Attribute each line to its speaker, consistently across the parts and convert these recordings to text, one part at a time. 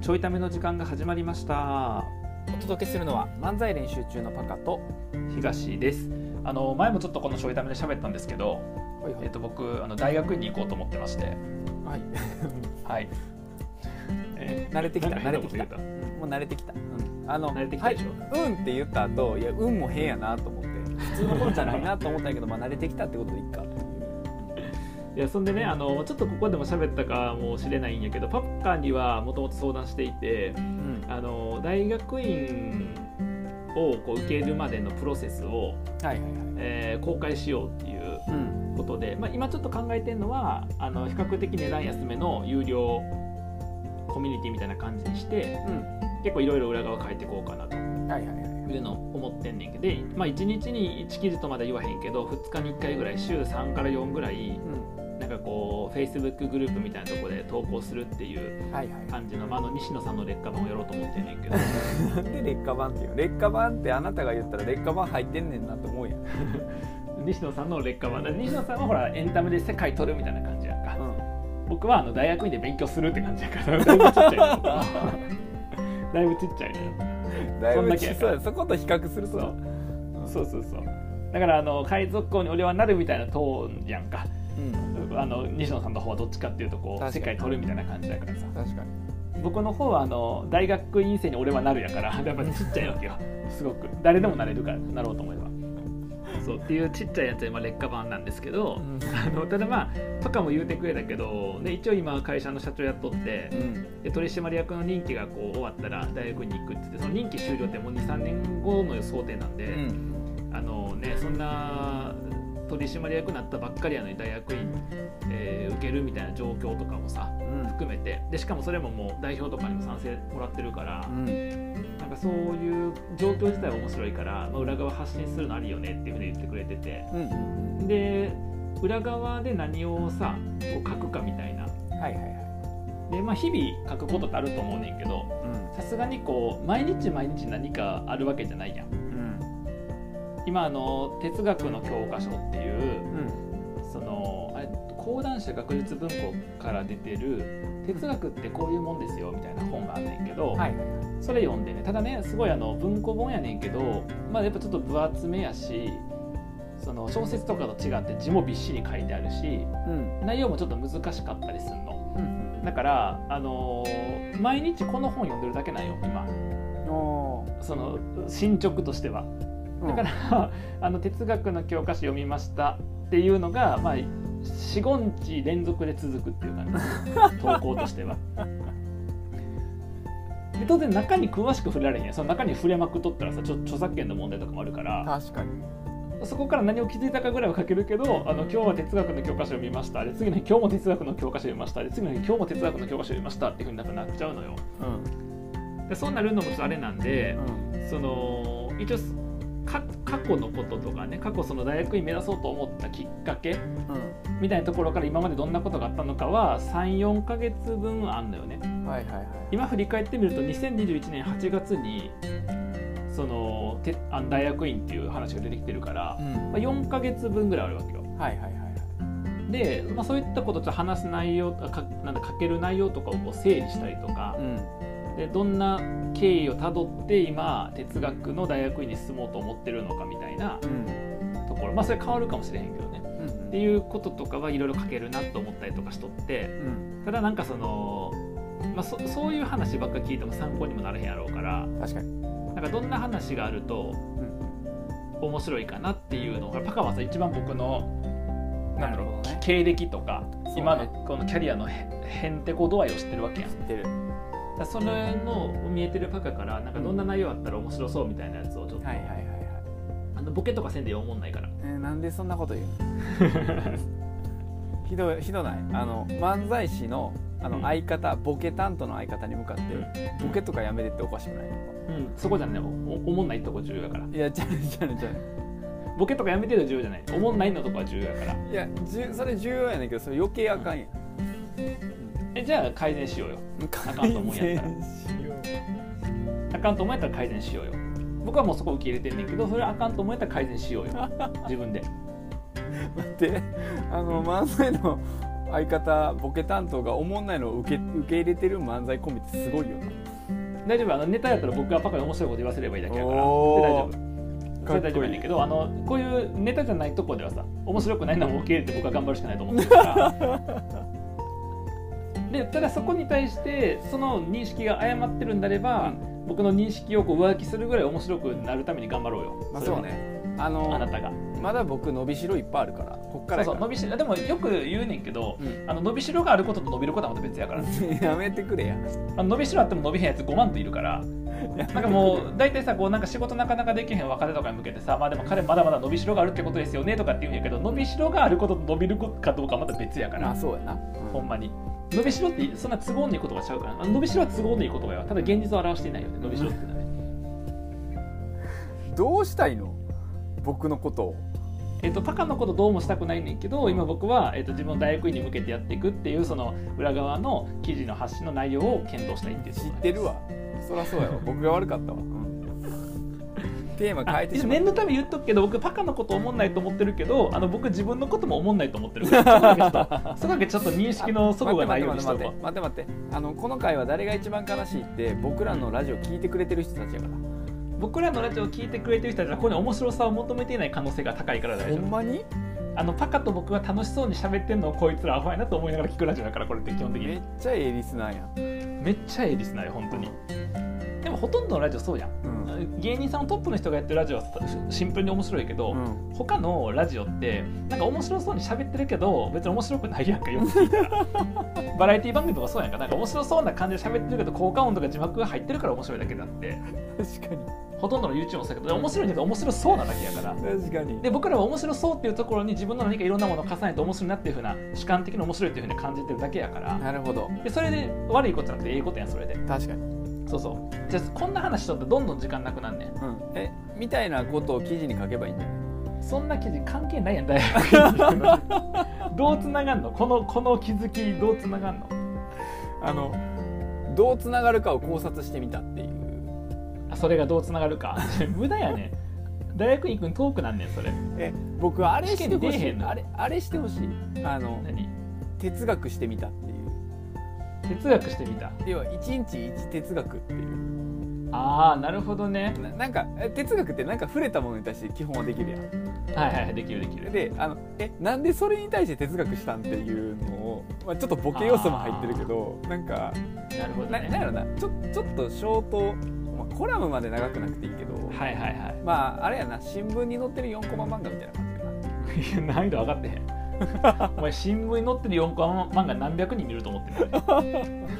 Speaker 1: ちょいための時間が始まりました
Speaker 2: お届けするのは漫才練習中のパカと、
Speaker 1: 東ですあの前もちょっとこのちょいためで喋ったんですけど、
Speaker 2: はいは
Speaker 1: えっと、僕あの大学院に行こうと思ってまして
Speaker 2: はい、
Speaker 1: はい、え
Speaker 2: 慣れてきた
Speaker 1: なん
Speaker 2: 慣
Speaker 1: か変な
Speaker 2: れて
Speaker 1: こと
Speaker 2: き
Speaker 1: 言
Speaker 2: た
Speaker 1: うた
Speaker 2: もう慣れてきた、うん、あの
Speaker 1: 慣れてきたでしょ
Speaker 2: はい、うんって言った後いや運も変やなと思って普通のことじゃないなと思ったんやけどまあ慣れてきたってことでいいか
Speaker 1: いやそんでねあのちょっとここでも喋ったかもしれないんやけどパッカーにはもともと相談していて
Speaker 2: うん
Speaker 1: あの大学院をこう受けるまでのプロセスを、
Speaker 2: はいはいはい
Speaker 1: えー公開しようっていう
Speaker 2: うん
Speaker 1: ことで、まあ、今ちょっと考えてるのはあの比較的値段安めの有料コミュニティみたいな感じにして
Speaker 2: うん
Speaker 1: 結構いろいろ裏側書いていこうかなと
Speaker 2: はいはいはい
Speaker 1: いうのを思ってんねんけどで、まあ、1日に1記事とまで言わへんけど2日に1回ぐらい週3から4ぐらい
Speaker 2: うん
Speaker 1: なんかこう Facebook グループみたいなとこで投稿するっていう
Speaker 2: はいはい
Speaker 1: 感じの,、まあ、あの西野さんの劣化版をやろうと思ってんねんけど
Speaker 2: なんで劣化版っていうの劣化版ってあなたが言ったら劣化版入ってんねんなと 思うやん、うん、
Speaker 1: 西野さんの劣化版だから西野さんはほらエンタメで世界取るみたいな感じやんか。僕はあの大学院で勉強するって感じやからだいぶちっちゃいのだいぶちっちゃいのよ
Speaker 2: だいぶち
Speaker 1: そんだけやか
Speaker 2: そ
Speaker 1: ら
Speaker 2: うそこと比較すると
Speaker 1: そうそうそうそうだからあの海賊王に俺はなるみたいなトーンやんか
Speaker 2: うん
Speaker 1: あの西野さんの方はどっちかっていうとこう
Speaker 2: 確か
Speaker 1: 世界
Speaker 2: に
Speaker 1: 取るみたいな感じだからさ
Speaker 2: 確かに
Speaker 1: 僕の方はあの大学院生に俺はなるやからやっぱちっちゃいわけよすごく誰でもなれるからなろうと思えばそうっていうちっちゃいやつは今劣化版なんですけど、
Speaker 2: うん
Speaker 1: あのただまあとかも言うてくれたけど、ね、一応今会社の社長やっとって、
Speaker 2: うん
Speaker 1: で取締役の任期がこう終わったら大学に行くって言ってその任期終了ってもう23年後の想定なんで、
Speaker 2: うん
Speaker 1: あのね、そんな取締役になったばっかりやのに大学院、えー受けるみたいな状況とかもさ
Speaker 2: うん
Speaker 1: 含めてでしかもそれももう代表とかにも賛成もらってるから、
Speaker 2: うん
Speaker 1: なんかそういう状況自体は面白いから、まあ、裏側発信するのありよねっていうふうに言ってくれてて
Speaker 2: うん
Speaker 1: で裏側で何をさこう書くかみたいな
Speaker 2: はいはいはい
Speaker 1: で、まあ、日々書くことってあると思うねんけど
Speaker 2: うん
Speaker 1: さすがにこう毎日毎日何かあるわけじゃないやん今あの哲学の教科書っていう
Speaker 2: うん
Speaker 1: そのあれ講談社学術文庫から出てる「哲学ってこういうもんですよ」みたいな本があんねんけど、
Speaker 2: はい
Speaker 1: それ読んでねただねすごいあの文庫本やねんけど、まあ、やっぱちょっと分厚めやしその小説とかと違って字もびっしり書いてあるし
Speaker 2: うん
Speaker 1: 内容もちょっと難しかったりすんの
Speaker 2: うん
Speaker 1: だから、あのー毎日この本読んでるだけなんよ今
Speaker 2: おー
Speaker 1: その進捗としては。
Speaker 2: うん
Speaker 1: だから、 あの哲学の教科書読みましたっていうのが、まあ、45日連続で続くっていう感 じ投稿としては。で当然中に詳しく触れられへんやんその中に触れまくっとったらさちょ著作権の問題とかもあるから
Speaker 2: 確かに
Speaker 1: そこから何を気づいたかぐらいは書けるけどあの今日は哲学の教科書を見ましたで次の日今日も哲学の教科書を見ましたで次の日今日も哲学の教科書を見ましたっていうふうになんかなっちゃうのよ
Speaker 2: うん
Speaker 1: でそうなるのもちょっとあれなんで、
Speaker 2: うん
Speaker 1: その一応か過去のこととかね過去その大学院目指そうと思ったきっかけみたいなところから今までどんなことがあったのかは34ヶ月分あんのよね
Speaker 2: うんはいはいはい
Speaker 1: 今振り返ってみると2021年8月にそのてあの大学院っていう話が出てきてるから、
Speaker 2: うん
Speaker 1: まあ、4ヶ月分ぐらいあるわけよ
Speaker 2: はいはいはいはい
Speaker 1: で、まあ、そういったことちょっと話す内容あかなんだ書ける内容とかをこう整理したりとか
Speaker 2: う、ん
Speaker 1: でどんな経緯をたどって今哲学の大学院に進もうと思ってるのかみたいな
Speaker 2: うん
Speaker 1: ところまあそれ変わるかもしれへんけどね
Speaker 2: うん
Speaker 1: っていうこととかはいろいろ書けるなと思ったりとかしとって
Speaker 2: うん
Speaker 1: ただなんかその、まあ、そそういう話ばっか聞いても参考にもならへんやろうから
Speaker 2: 確かに
Speaker 1: なんかどんな話があると面白いかなっていうのをパカはさ一番僕のなんだろう
Speaker 2: なるほどね
Speaker 1: 経歴とか、
Speaker 2: そうね
Speaker 1: 今のこのキャリアのへへんてこ度合いを知ってるわけやん
Speaker 2: 知ってる
Speaker 1: だからそれの見えてるパカからなんかどんな内容あったら面白そうみたいなやつをちょっと、
Speaker 2: はいはいはいはい
Speaker 1: あのボケとかせんでよおもんないから
Speaker 2: えーなんでそんなこと言う のひどいひどないあの漫才師のあ
Speaker 1: う
Speaker 2: の
Speaker 1: ん
Speaker 2: 相方ボケ担当の相方に向かって
Speaker 1: うん
Speaker 2: ボケとかやめてっておかしくない
Speaker 1: うん、そこじゃねおおもんないとこ重要やから
Speaker 2: いやちゃうちゃうちゃう
Speaker 1: ボケとかやめてるの重要じゃないおもんないのとこは重要やから
Speaker 2: いやじゅそれ重要やねんけどそれ余計あかんやん
Speaker 1: えじゃあ改善しようよ
Speaker 2: 改
Speaker 1: かんと思うんやったら
Speaker 2: 善しよ
Speaker 1: あかんと思えたら改善しようよ僕はもうそこ受け入れてんねんけどそれあかんと思えたら改善しようよ自分で
Speaker 2: う待ってあの漫才の相方ボケ担当がおもんないのを受け受け入れてる漫才コンビってすごいよ
Speaker 1: 大丈夫あのネタやったら僕がパカに面白いこと言わせればいいだけやからで大丈
Speaker 2: おー
Speaker 1: 夫そ
Speaker 2: な
Speaker 1: れ大丈夫やねんけどあのこういうネタじゃないとこではさ面白くないのも受け入れて僕は頑張るしかないと思ってるからでただそこに対してその認識が誤ってるんであれば、僕の認識をこう上書きするぐらい面白くなるために頑張ろうよ、
Speaker 2: まあ
Speaker 1: れは
Speaker 2: そうねあ
Speaker 1: あな
Speaker 2: の
Speaker 1: たが
Speaker 2: まだ僕伸びしろいっぱいあるからこっからや
Speaker 1: そうそう
Speaker 2: か
Speaker 1: 伸びしろでもよく言うねんけど、
Speaker 2: うん
Speaker 1: あの伸びしろがあることと伸びることはまた別やから
Speaker 2: らやめてくれや
Speaker 1: あの伸びしろあっても伸びへんやつ5万といるからなんかもう大体さこうなんか仕事なかなかできへん若手とかに向けてさまあでも彼まだまだ伸びしろがあるってことですよねとかって言うんやけど伸びしろがあることと伸びることかどうかはまた別やか
Speaker 2: ま
Speaker 1: ら
Speaker 2: あそうやな、
Speaker 1: ほんまに伸びしろってそんな都合のいいことがちゃうからあの伸びしろは都合のいいことがよただ現実を表していないよね伸びしろっていうのはね
Speaker 2: どうしたいの僕のことを
Speaker 1: えっとパカのことどうもしたくないねんけど今僕は、えっと、自分の大学院に向けてやっていくっていうその裏側の記事の発信の内容を検討したいっていう
Speaker 2: 知ってるわそりゃそうやわ僕が悪かったわ、テーマ変えてしまっ
Speaker 1: 念のため言っとくけど僕パカのこと思んないと思ってるけどあの僕自分のことも思んないと思って るからそこだけちょっとそこだけちょっと認識の
Speaker 2: た
Speaker 1: 齟齬がないよう
Speaker 2: 待
Speaker 1: に
Speaker 2: っ
Speaker 1: して
Speaker 2: 待
Speaker 1: お
Speaker 2: っ
Speaker 1: こ
Speaker 2: て待って待って待ってあのこの回は誰が一番悲しいって僕らのラジオ聞いてくれてる人たちやから、
Speaker 1: う僕らのラジオを聞いてくれてる人たちはここに面白さを求めていない可能性が高いから大丈
Speaker 2: ほん
Speaker 1: 夫
Speaker 2: まに
Speaker 1: あのパカと僕が楽しそうに喋ってんのをこいつらアホやなと思いながら聞くラジオだからこれって基本的
Speaker 2: め
Speaker 1: に
Speaker 2: っちゃええリスナーやん、
Speaker 1: めっちゃええリスナーよ本当にでもほとんどのラジオそうやん
Speaker 2: うん
Speaker 1: 芸人さんのトップの人がやってるラジオはシンプルに面白いけど、他のラジオってなんか面白そうに喋ってるけど別に面白くないやんかよく聞いたら バラエティ番組とかそうやんかなんか面白そうな感じで喋ってるけど効果音とか字幕が入ってるから面白いだけだって
Speaker 2: 確かに
Speaker 1: ほとんどの YouTube もそうやけど面白いんだけど面白そうなだけやから
Speaker 2: 確かに
Speaker 1: で僕らは面白そうっていうところに自分の何かいろんなものを重ねて面白いなっていうふうな主観的に面白いっていうふうに感じてるだけやから
Speaker 2: なるほど
Speaker 1: でそれで悪いことじゃなくてええことやんそれで
Speaker 2: 確かに、
Speaker 1: そうそうじゃあこんな話しとってどんどん時間なくなんねん
Speaker 2: えみたいなことを記事に書けばいいんじゃない
Speaker 1: そんな記事関係ない やん大学院にどうつながんのこのこの気づきどうつながんの
Speaker 2: あのどうつながるかを考察してみたっていう
Speaker 1: あそれがどうつながる か無駄やねん大学院行くん遠くなんねんそれ
Speaker 2: え僕はあれして
Speaker 1: 試験に
Speaker 2: ほ
Speaker 1: 出え
Speaker 2: し
Speaker 1: へん
Speaker 2: い
Speaker 1: の
Speaker 2: あれあれしてほしいあの
Speaker 1: 何
Speaker 2: 哲学してみたっていう
Speaker 1: 哲学してみた
Speaker 2: 要は一日一哲学っていう
Speaker 1: ああなるほどね
Speaker 2: ななんかえ哲学ってなんか触れたものに対して基本はできるやん
Speaker 1: はいはいはいできるできる
Speaker 2: であのえなんでそれに対して哲学したんっていうのを、まあ、ちょっとボケ要素も入ってるけどなん
Speaker 1: な
Speaker 2: か
Speaker 1: るほど
Speaker 2: ななん
Speaker 1: ね
Speaker 2: やろなちょちょっとショート、まあ、コラムまで長くなくていいけど、
Speaker 1: はいはいは
Speaker 2: まああれやな新聞に載ってる4コマ漫画みたいな感じかない
Speaker 1: いや 難易度上がってへんお前新聞に載ってる4コマ漫画何百人見ると思ってんの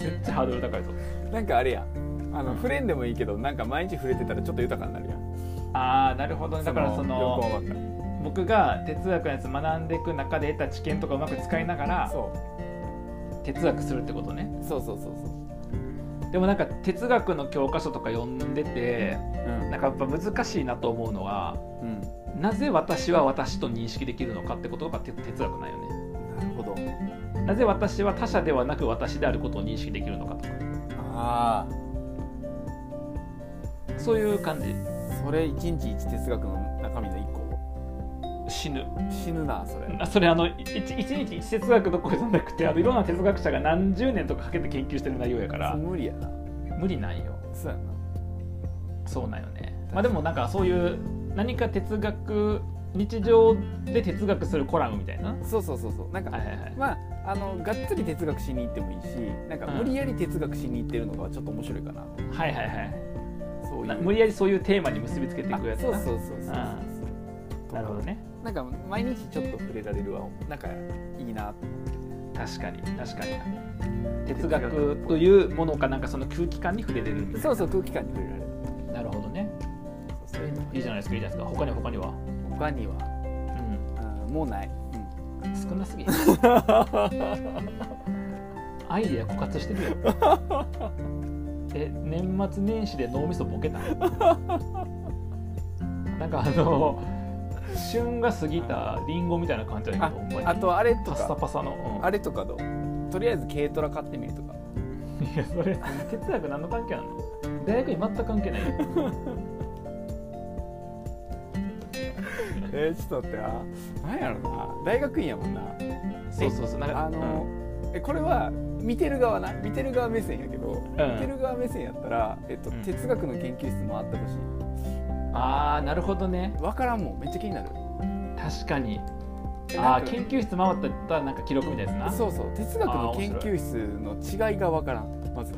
Speaker 1: めっちゃハードル高いぞ
Speaker 2: なんかあれやあの、
Speaker 1: うん
Speaker 2: 触れんでもいいけどなんか毎日触れてたらちょっと豊かになるやん
Speaker 1: ああなるほどねだからその
Speaker 2: 4コマ漫
Speaker 1: 僕が哲学のやつ学んでいく中で得た知見とかうまく使いなが
Speaker 2: 画
Speaker 1: ら
Speaker 2: そう
Speaker 1: 哲学するってことね
Speaker 2: そうそうそうそう
Speaker 1: でもなんか哲学の教科書とか読んでて
Speaker 2: うん
Speaker 1: なんかやっぱ難しいなと思うのは
Speaker 2: うん
Speaker 1: なぜ私は私と認識できるのかってことが哲哲学なんよね
Speaker 2: なるほど
Speaker 1: なぜ私は他者ではなく私であることを認識できるのかとか
Speaker 2: ああ
Speaker 1: そういう感じ
Speaker 2: それ一日一哲学の中身の一個
Speaker 1: 死ぬ
Speaker 2: 死ぬ なそれ
Speaker 1: あそれあのい一一日一哲学どころじゃなくてあのいろんな哲学者が何十年とかかけて研究してる内容やから
Speaker 2: 無理やな
Speaker 1: 無理なんよ
Speaker 2: そうやな
Speaker 1: そうなんよね、まあ、でもなんかそういう何か哲学日常で哲学するコラムみたいな
Speaker 2: そうそうそうそうなんか、
Speaker 1: はいはいはい
Speaker 2: まああのがっつり哲学しに行ってもいいしなんか
Speaker 1: うん
Speaker 2: 無理やり哲学しに行ってるのがちょっと面白いかなと、
Speaker 1: はいはいはい
Speaker 2: そうい
Speaker 1: な
Speaker 2: う
Speaker 1: 無理やりそういうテーマに結びつけてい
Speaker 2: あ
Speaker 1: くやつ
Speaker 2: そう
Speaker 1: な
Speaker 2: そうそうそうそう
Speaker 1: なるほどね
Speaker 2: なんか毎日ちょっと触れられるわなんかいいなって
Speaker 1: 確かに確かに哲学というものかなんかその空気感に触れれるみたい
Speaker 2: そうそう空気感に触れられる
Speaker 1: ななるほどね
Speaker 2: そうそういうのが
Speaker 1: いいじゃないですかいいじゃないですか他には他には、
Speaker 2: 他には
Speaker 1: う
Speaker 2: あーもうない、
Speaker 1: ん、少なす ぎるアイデア枯渇してる よえ年末年始で脳みそボケ たなんかあの旬が過ぎたリンゴみたいな感じだけど
Speaker 2: あ
Speaker 1: ほんまに
Speaker 2: あとあれと
Speaker 1: パスタ
Speaker 2: か
Speaker 1: パサの、うん
Speaker 2: あれとかどうとりあえず軽トラ買ってみるとか
Speaker 1: いやそれ哲学何の関係あるの大学に全く関 係ないよ
Speaker 2: えー、ちょっと待ってな何やろな大学院やもんな
Speaker 1: そうそうそうなんか
Speaker 2: あの、えこれは見てる側な見てる側目線やけど、見てる側目線やったら、えっと
Speaker 1: うん
Speaker 2: 哲学の研究室もあってほしい
Speaker 1: ああなるほどね
Speaker 2: わからんもんめっちゃ気になる
Speaker 1: 確かに
Speaker 2: え
Speaker 1: あ
Speaker 2: な
Speaker 1: あ
Speaker 2: んか
Speaker 1: 研究室回ったらなんか記録みたいですな
Speaker 2: そうそう哲学の研究室の違いがわからんまず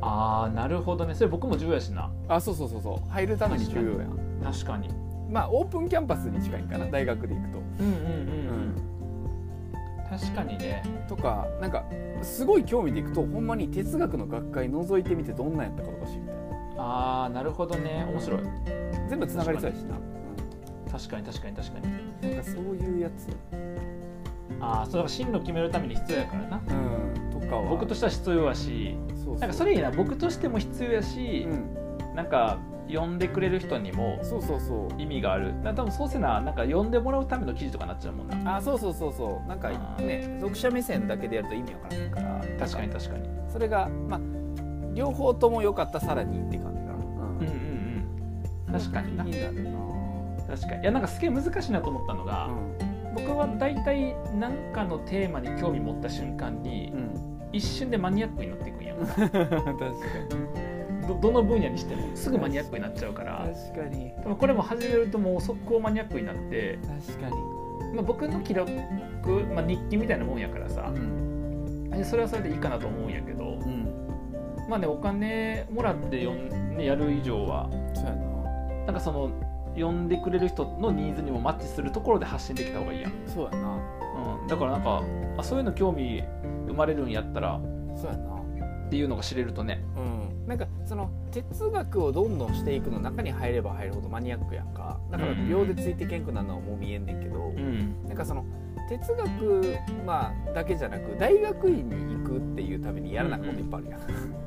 Speaker 1: ああなるほどねそれ僕も重要やしな
Speaker 2: あそうそうそうそう入るために重要やん
Speaker 1: 確かに
Speaker 2: まあオープンキャンパスに近いんかな大学で行くと、
Speaker 1: うんうんうん確かにね
Speaker 2: とかなんかすごい興味でいくとほんまに哲学の学会覗いてみてどんなんやったかとか知りたい
Speaker 1: ああなるほどね面白い
Speaker 2: 全部つながりそうやしな
Speaker 1: 確かに確かに確かに
Speaker 2: なんかそういうやつ、
Speaker 1: ああそうだから進路決めるために必要やからな
Speaker 2: うん、とかは
Speaker 1: 僕としては必要やし
Speaker 2: そうそう
Speaker 1: なんかそれいいな僕としても必要やし、
Speaker 2: うん、
Speaker 1: なんか呼んでくれる人にも
Speaker 2: そうそうそう
Speaker 1: 意味があるなんか多分そうせななんか呼んでもらうための記事とかになっちゃうもんな
Speaker 2: あそうそうそうそうなんか
Speaker 1: あー
Speaker 2: ね読者目線だけでやると意味わからないから
Speaker 1: 確かに
Speaker 2: なん
Speaker 1: 確かに
Speaker 2: それがまあ両方とも良かったさらにって感じかな、
Speaker 1: うんうんうん確かにな
Speaker 2: 気になるな
Speaker 1: 確かにいやなんかすげえ難しいなと思ったのが、僕は大体何かのテーマに興味持った瞬間に
Speaker 2: うん、うん、
Speaker 1: 一瞬でマニアックになっていくんやんか
Speaker 2: 確かに
Speaker 1: どどの分野にしてもすぐマニアックになっちゃうから
Speaker 2: 確かに
Speaker 1: 多分これも始めるともう速攻マニアックになって、
Speaker 2: 確かに
Speaker 1: まあ、僕の記録、まあ、日記みたいなもんやからさ
Speaker 2: うん
Speaker 1: それはそれでいいかなと思うんやけど
Speaker 2: うん
Speaker 1: まあねお金もらってよん、ね、やる以上は
Speaker 2: そうやな
Speaker 1: なんかその呼んでくれる人のニーズにもマッチするところで発信できた方がいいやん、
Speaker 2: そうやな
Speaker 1: うん、だからなんかあそういうの興味生まれるんやったら
Speaker 2: そうやな
Speaker 1: っていうのが知れるとね
Speaker 2: うん、なんかその哲学をどんどんしていくの中に入れば入るほどマニアックやんかだから秒でついてけんくなるのはもう見えんねんけど、
Speaker 1: ん
Speaker 2: なんかその哲学、まあ、だけじゃなく大学院に行くっていうためにやらなきゃこといっぱいあるやん、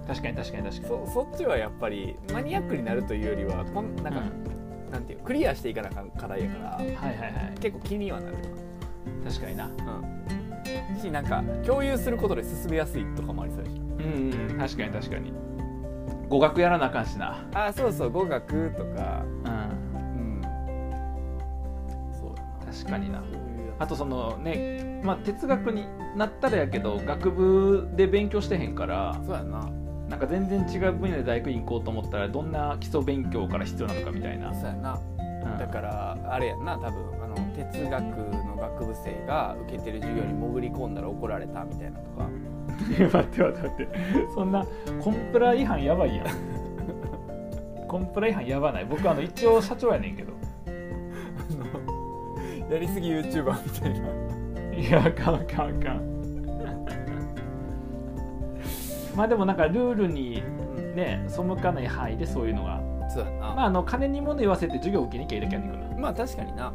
Speaker 1: 確かに確かに確かに
Speaker 2: そそっちはやっぱりマニアックになるというよりはこんなんか、なんていうクリアしていかなあかん課題やから
Speaker 1: うんはいはいはい
Speaker 2: 結構気にはなる
Speaker 1: 確かにな
Speaker 2: な、うん、しなんか共有することで進めやすいとかもありそうやし
Speaker 1: うん、うん、確かに確かに語学やらなあかんしな
Speaker 2: あそうそう語学とか
Speaker 1: うん
Speaker 2: うんそうだな
Speaker 1: 確かにな
Speaker 2: そういうやつ
Speaker 1: あとそのねまあ哲学になったらやけど学部で勉強してへんから
Speaker 2: そうやな
Speaker 1: なんか全然違う分野で大学院行こうと思ったらどんな基礎勉強から必要なのかみたいな、
Speaker 2: そうやな
Speaker 1: うん
Speaker 2: だからあれやんな多分あの哲学の学部生が受けてる授業に潜り込んだら怒られたみたいなとか
Speaker 1: 待って待って待ってそんなコンプラ違反やばいやんコンプラ違反やばない僕あの一応社長やねんけど
Speaker 2: やりすぎ YouTuber みたいない
Speaker 1: やあかんあかんあかんまあでもなんかルールにね背かない範囲でそういうのが
Speaker 2: そうやな
Speaker 1: ま
Speaker 2: ま
Speaker 1: ああの金に物言わせて授業受けにきゃいけないんだけど
Speaker 2: あ、まあ、確かにな
Speaker 1: な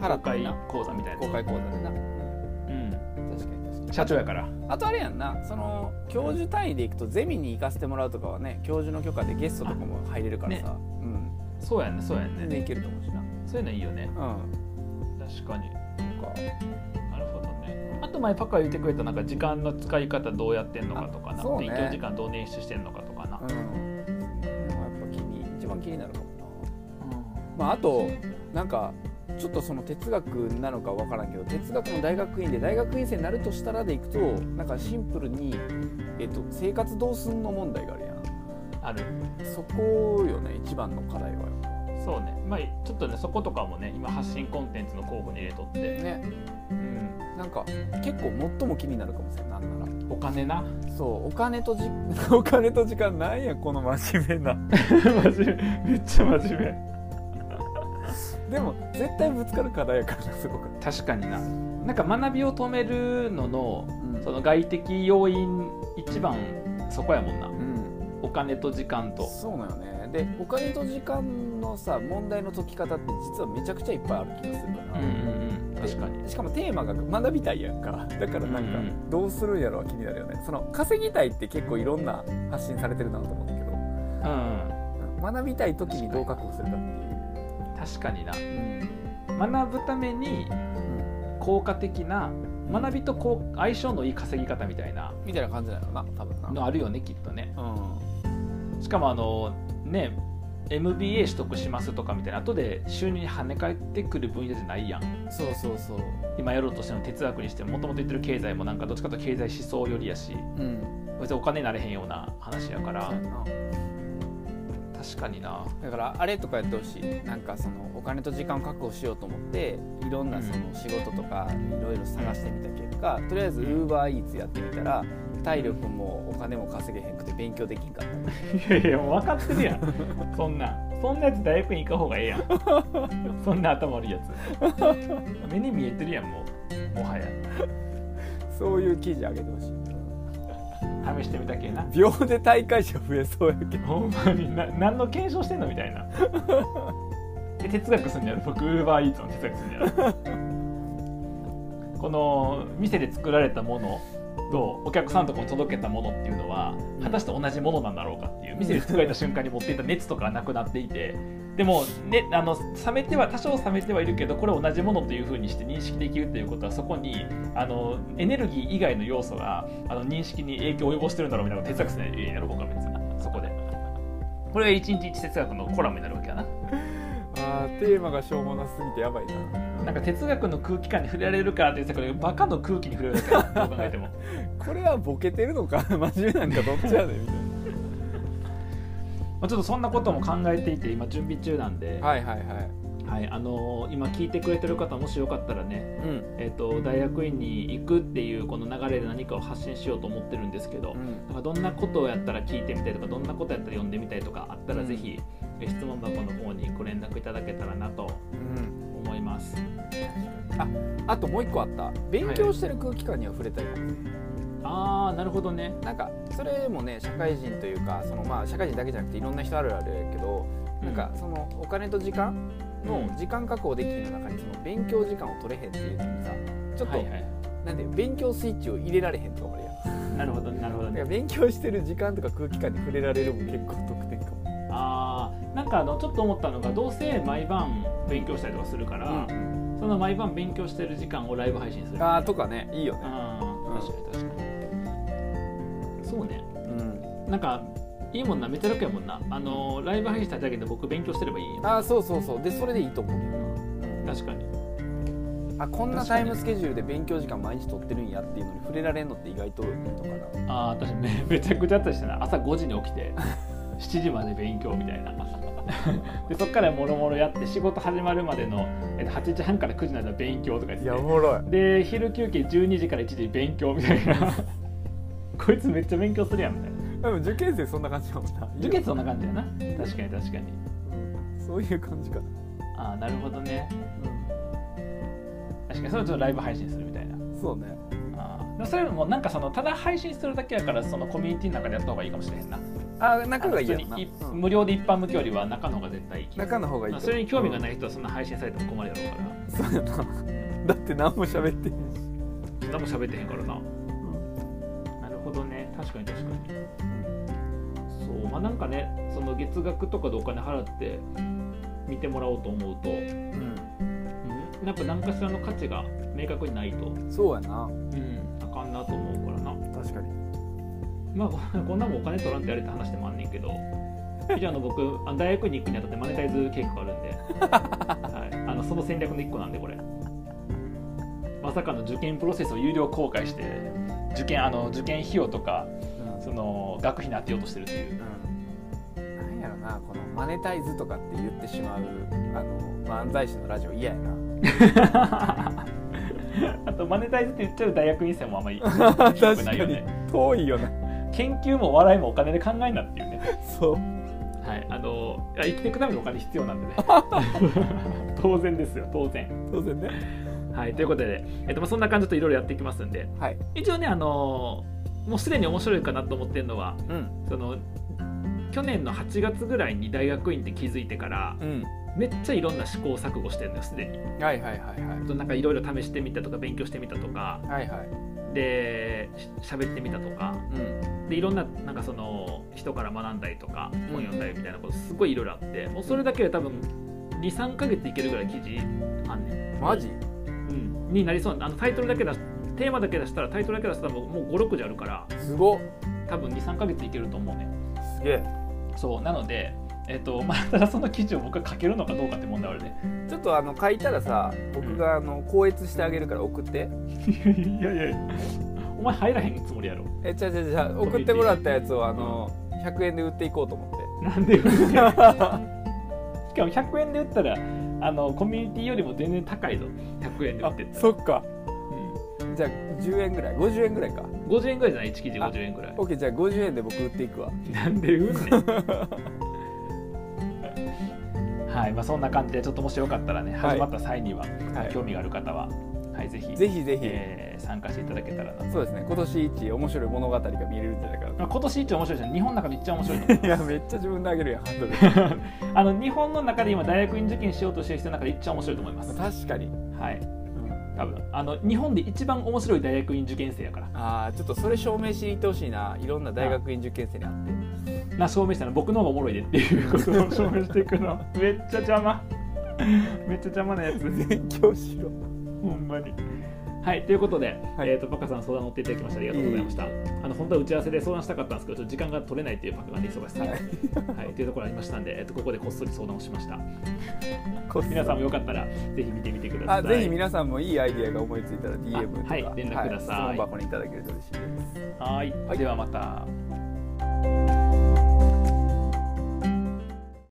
Speaker 2: 払
Speaker 1: 公
Speaker 2: った
Speaker 1: 開
Speaker 2: な
Speaker 1: 講座みたいな
Speaker 2: 公開講座でな
Speaker 1: うん
Speaker 2: 確かに確かに
Speaker 1: 社長やから
Speaker 2: あとあれやんなその教授単位で行くとゼミに行かせてもらうとかはね教授の許可でゲストとかも入れるからさ、うん
Speaker 1: そうやんねそうやんね
Speaker 2: 全然いけると思うしなう
Speaker 1: そういうのいいよね
Speaker 2: ん
Speaker 1: 確かになるほどねあと前パカが言ってくれたなんか時間の使い方どうやってんのかとか
Speaker 2: あ
Speaker 1: な、
Speaker 2: そうね
Speaker 1: 勉強時間どう捻出してんのかとかな
Speaker 2: うん、でもやっぱ気に一番気になるかもなまあ、あとなんかちょっとその哲学なのかわからんけど哲学の大学院で大学院生になるとしたらでいくとなんかシンプルに、えっと、生活どうすんの問題があるやん
Speaker 1: ある
Speaker 2: そこよね一番の課題は
Speaker 1: そうねまあちょっとねそことかもね今発信コンテンツの候補に入れとって、
Speaker 2: ね
Speaker 1: うん、
Speaker 2: なんか結構最も気になるかもしれんないなんな
Speaker 1: お金な
Speaker 2: らそうお金とじ お金と時間なんやこの真面目な
Speaker 1: 真面目めっちゃ真面目
Speaker 2: でも絶対ぶつかる課題やからなすごく、
Speaker 1: 確かにななんか学びを止めるのの
Speaker 2: うん
Speaker 1: その外的要因一番そこやもんな
Speaker 2: うん、
Speaker 1: お金と時間と
Speaker 2: そうなのねでお金と時間のさ問題の解き方って実はめちゃくちゃいっぱいある気がするから、
Speaker 1: うんうん確かに
Speaker 2: でしかもテーマが学びたいやんかだからなん
Speaker 1: うんう
Speaker 2: かどうするんやろは気になるよねその稼ぎたいって結構いろんな発信されてるなと思ったけど
Speaker 1: うんうん
Speaker 2: 学びたい時にどう確保するかって
Speaker 1: 確かにな
Speaker 2: いう、
Speaker 1: 学ぶために
Speaker 2: うん
Speaker 1: 効果的な学びとこう相性のいい稼ぎ方みたいな
Speaker 2: みたいな感じなのな多分な
Speaker 1: のあるよねきっとね
Speaker 2: うん
Speaker 1: しかもあのね MBA 取得しますとかみたいな後で収入に跳ね返ってくる分野じゃないやん
Speaker 2: そうそうそう
Speaker 1: 今やろうとしてるの哲学にしてももともと言ってる経済もなんかどっちかというと経済思想よりやし
Speaker 2: うん
Speaker 1: 別にお金になれへんような話やから
Speaker 2: な
Speaker 1: 確かにな
Speaker 2: だからあれとかやってほしいなんかそのお金と時間を確保しようと思っていろんなその仕事とかいろいろ探してみた結果とりあえずウーバーイーツやってみたら体力もお金も稼げへんくて勉強できんかっ
Speaker 1: いやいやもう分かってるやんそんなんそんなやつ大学に行かほうがええやんそんな頭悪いやつ目に見えてるやんもうもはや
Speaker 2: たそういう記事あげてほしい
Speaker 1: 試してみたけえな
Speaker 2: 秒で大会者増えそうやけど
Speaker 1: ほんまにな何の検証してんのみたいなえ哲学すんやろ僕ウーバーイーツの哲学すんやろこの店で作られたものとお客さんとこに届けたものっていうのは
Speaker 2: うん
Speaker 1: 果たして同じものなんだろうかっていう店で作られた瞬間に持っていた熱とかがなくなっていてでも、ね、あの冷めては多少冷めてはいるけどこれを同じものというふうにして認識できるということはそこにあのエネルギー以外の要素があの認識に影響を及ぼしてるんだろうみたいなのを哲学するやろ僕は別にそこでこれが一日一哲学のコラムになるわけやな
Speaker 2: あーテーマがしょうもなすぎてやばいな
Speaker 1: なんか哲学の空気感に触れられるからって言ってたけどバカの空気に触れるだけやなどう考え ても
Speaker 2: これはボケてるのか 真面目なんかどっちやねんみたい
Speaker 1: まあちょっとそんなことも考えていて今準備中なんで、
Speaker 2: な はいはいはい
Speaker 1: はいあのー今聞いてくれてる方もしよかったらね
Speaker 2: うん
Speaker 1: えっと大学院に行くっていうこの流れで何かを発信しようと思ってるんですけど、
Speaker 2: うん
Speaker 1: なんかどんなことをやったら聞いてみたいとかどんなことやったら読んでみたいとかあった
Speaker 2: う
Speaker 1: ら
Speaker 2: ん
Speaker 1: ぜひ、え質問箱の方にご連絡いただけたらなと
Speaker 2: うん
Speaker 1: 思います
Speaker 2: あともう一個あった勉強してる空気感には触れたいかも
Speaker 1: あーなるほどね
Speaker 2: なんかそれもね社会人というかそのまあ社会人だけじゃなくていろんな人あるあるやけどなんかそのお金と時間の時間確保できひんの中にその勉強時間を取れへんっていうのにさちょっと、
Speaker 1: はいはい
Speaker 2: なんていう勉強スイッチを入れられへんとかもあるやんだ
Speaker 1: なるほどねなるほど
Speaker 2: から
Speaker 1: ね
Speaker 2: 勉強してる時間とか空気感に触れられるも結構得点かも、
Speaker 1: あーなんかあのちょっと思ったのがどうせ毎晩勉強したりとかするから、その毎晩勉強してる時間をライブ配信する
Speaker 2: あーとかねいいよね
Speaker 1: あー確かに確かにそうね
Speaker 2: うん
Speaker 1: なんかいいもんなめっちゃ楽やもんなあのーライブ配信しただけで僕勉強してればいいんや
Speaker 2: あーそうそうそうでそれでいいと思う
Speaker 1: 確かに
Speaker 2: あこんなタイムスケジュールで勉強時間毎日取ってるんやっていうのに触れられんのって意外といいのかな
Speaker 1: ああ私 めめちゃくちゃあったりしてな朝5時に起き て7時まで勉強みたいなでそっからもろもろやって仕事始まるまでの、えっと、8時半から9時の間勉強とか言ってて
Speaker 2: もろい
Speaker 1: で昼休憩12時から1時勉強みたいなこいつめっちゃ勉強するやんみたいな
Speaker 2: でも受験生そんな感じかもな
Speaker 1: 受験そんな感じやな確かに確かに
Speaker 2: そういう感じかな、
Speaker 1: ああなるほどね確かにそれをちょっとライブ配信するみたいな
Speaker 2: そうね
Speaker 1: あーでもそれもなんかそのただ配信するだけやからそのコミュニティの中でやった方がいいかもしれへんな
Speaker 2: あ中がいいや
Speaker 1: 普
Speaker 2: ろ
Speaker 1: 通
Speaker 2: な、
Speaker 1: に一
Speaker 2: うん
Speaker 1: 無料で一般向けよりは中の方が絶対いい気がする
Speaker 2: 中の方がいい
Speaker 1: まあ
Speaker 2: と思う
Speaker 1: それに興味がない人はそんな配信されても困るやろうから
Speaker 2: うんそうやなだって何も喋ってへんし
Speaker 1: 何も喋ってへんからな、なるほどね確かに確かにそうまあなんかねその月額とかでお金払って見てもらおうと思うと、うん、なんか何かしらの価値が明確にないと、
Speaker 2: そうやな
Speaker 1: うん、あかんなと思うからな
Speaker 2: 確かに
Speaker 1: まあここんなんもお金取らんとやれって話でもあんねんけ ど一応あの僕あの大学に行くにあたってマネタイズ計画あるんで、はい、あのその戦略の一個なんでこれまさかの受験プロセスを有料公開して受験あの受験費用とかその学費に当てようとしてるっていう
Speaker 2: うん、なんやろなこのマネタイズとかって言ってしまうあの漫才師のラジオ嫌や な
Speaker 1: あとマネタイズって言っちゃう大学院生もあ んまり良くないよね
Speaker 2: 遠いよな
Speaker 1: 研究も笑いもお金で考えんなっていうね
Speaker 2: そう
Speaker 1: はいあのいや生きていくためのお金必要なん でね当然ですよ当然
Speaker 2: 当然ね
Speaker 1: はい、ということで、えっとまあ、そんな感じでいろいろやっていきますんで
Speaker 2: はい
Speaker 1: 一応ね、あのーもうすでに面白いかなと思ってるのは
Speaker 2: うん
Speaker 1: その去年の8月ぐらいに大学院って気づいてから
Speaker 2: うん
Speaker 1: めっちゃいろんな試行錯誤してるのよすでに。
Speaker 2: はいはいはいはい
Speaker 1: あとなんかいろいろ試してみたとか勉強してみたとか
Speaker 2: はいはい
Speaker 1: でし喋ってみたとか
Speaker 2: うん
Speaker 1: でいろんななんかその人から学んだりとか
Speaker 2: うん
Speaker 1: 本読んだりみたいなことすごいいろいろあってもうそれだけで多分23ヶ月いけるぐらい記事あんねん。
Speaker 2: マジ
Speaker 1: うん、になりそうなあのタイトルだけ出しテーマだけ出したらタイトルだけ出したらもうもう56じゃあるから
Speaker 2: すごっ
Speaker 1: 多分23ヶ月いけると思うね
Speaker 2: すげえ
Speaker 1: そうなのでえっ、と まあただその記事を僕が書けるのかどうかって問題はあるね
Speaker 2: ちょっとあの書いたらさ僕があの校閲してあげるから送っ て、
Speaker 1: いやいやいやお前入らへんつもりやろ
Speaker 2: えちゃちゃちゃ送ってもらったやつをあの100円で売っていこうと思って
Speaker 1: なんで売るねんしかも100円で売ったらあのコミュニティよりも全然高いぞ100円で売ってったら、
Speaker 2: そっかじゃあ10円ぐらい50円ぐらいか
Speaker 1: うん、50円ぐらいじゃない1記事50円ぐらい
Speaker 2: OK じゃあ50円で僕売っていくわ
Speaker 1: なんで売んねん はいまあそんな感じでちょっともしよかったらね
Speaker 2: はい
Speaker 1: 始まった際には、
Speaker 2: はい
Speaker 1: 興味がある方は、はい、ぜひ
Speaker 2: ぜひぜひ、
Speaker 1: えー参加していただけたらな、
Speaker 2: そうですね今年一面白い物語が見れるんじゃないかな
Speaker 1: まあ、今年一番面白いじゃん日本の中で一番面白い と思う
Speaker 2: いやめっちゃ自分であげるやんハンドル
Speaker 1: あの日本の中で今大学院受験しようとしてる人の中で一番面白いと思います
Speaker 2: 確かに、
Speaker 1: はい多分あの日本で一番面白い大学院受験生やから
Speaker 2: ああちょっとそれ証明しに行ってほしいないろんな大学院受験生に会って
Speaker 1: な証明したの僕の方がおもろいでっていうことを証明していく のめっちゃ邪魔 めっちゃ邪魔なやつ
Speaker 2: 勉強しろ
Speaker 1: ほんまに。はい、ということで、
Speaker 2: はい
Speaker 1: えっ、と、パカさん相談乗っていただきましてありがとうございました。あの、本当は打ち合わせで相談したかったんですけど、ちょっと時間が取れないというパカがね、忙しさで、はい、というところありましたんで、えっ、と、ここでこっそり相談をしました。皆さんもよかったら、ぜひ見てみてください。
Speaker 2: あぜひ皆さんもいいアイディアが思いついたら DM とか、
Speaker 1: はい連絡ください
Speaker 2: 質問箱にいただけると嬉しいです
Speaker 1: はい、ではまた。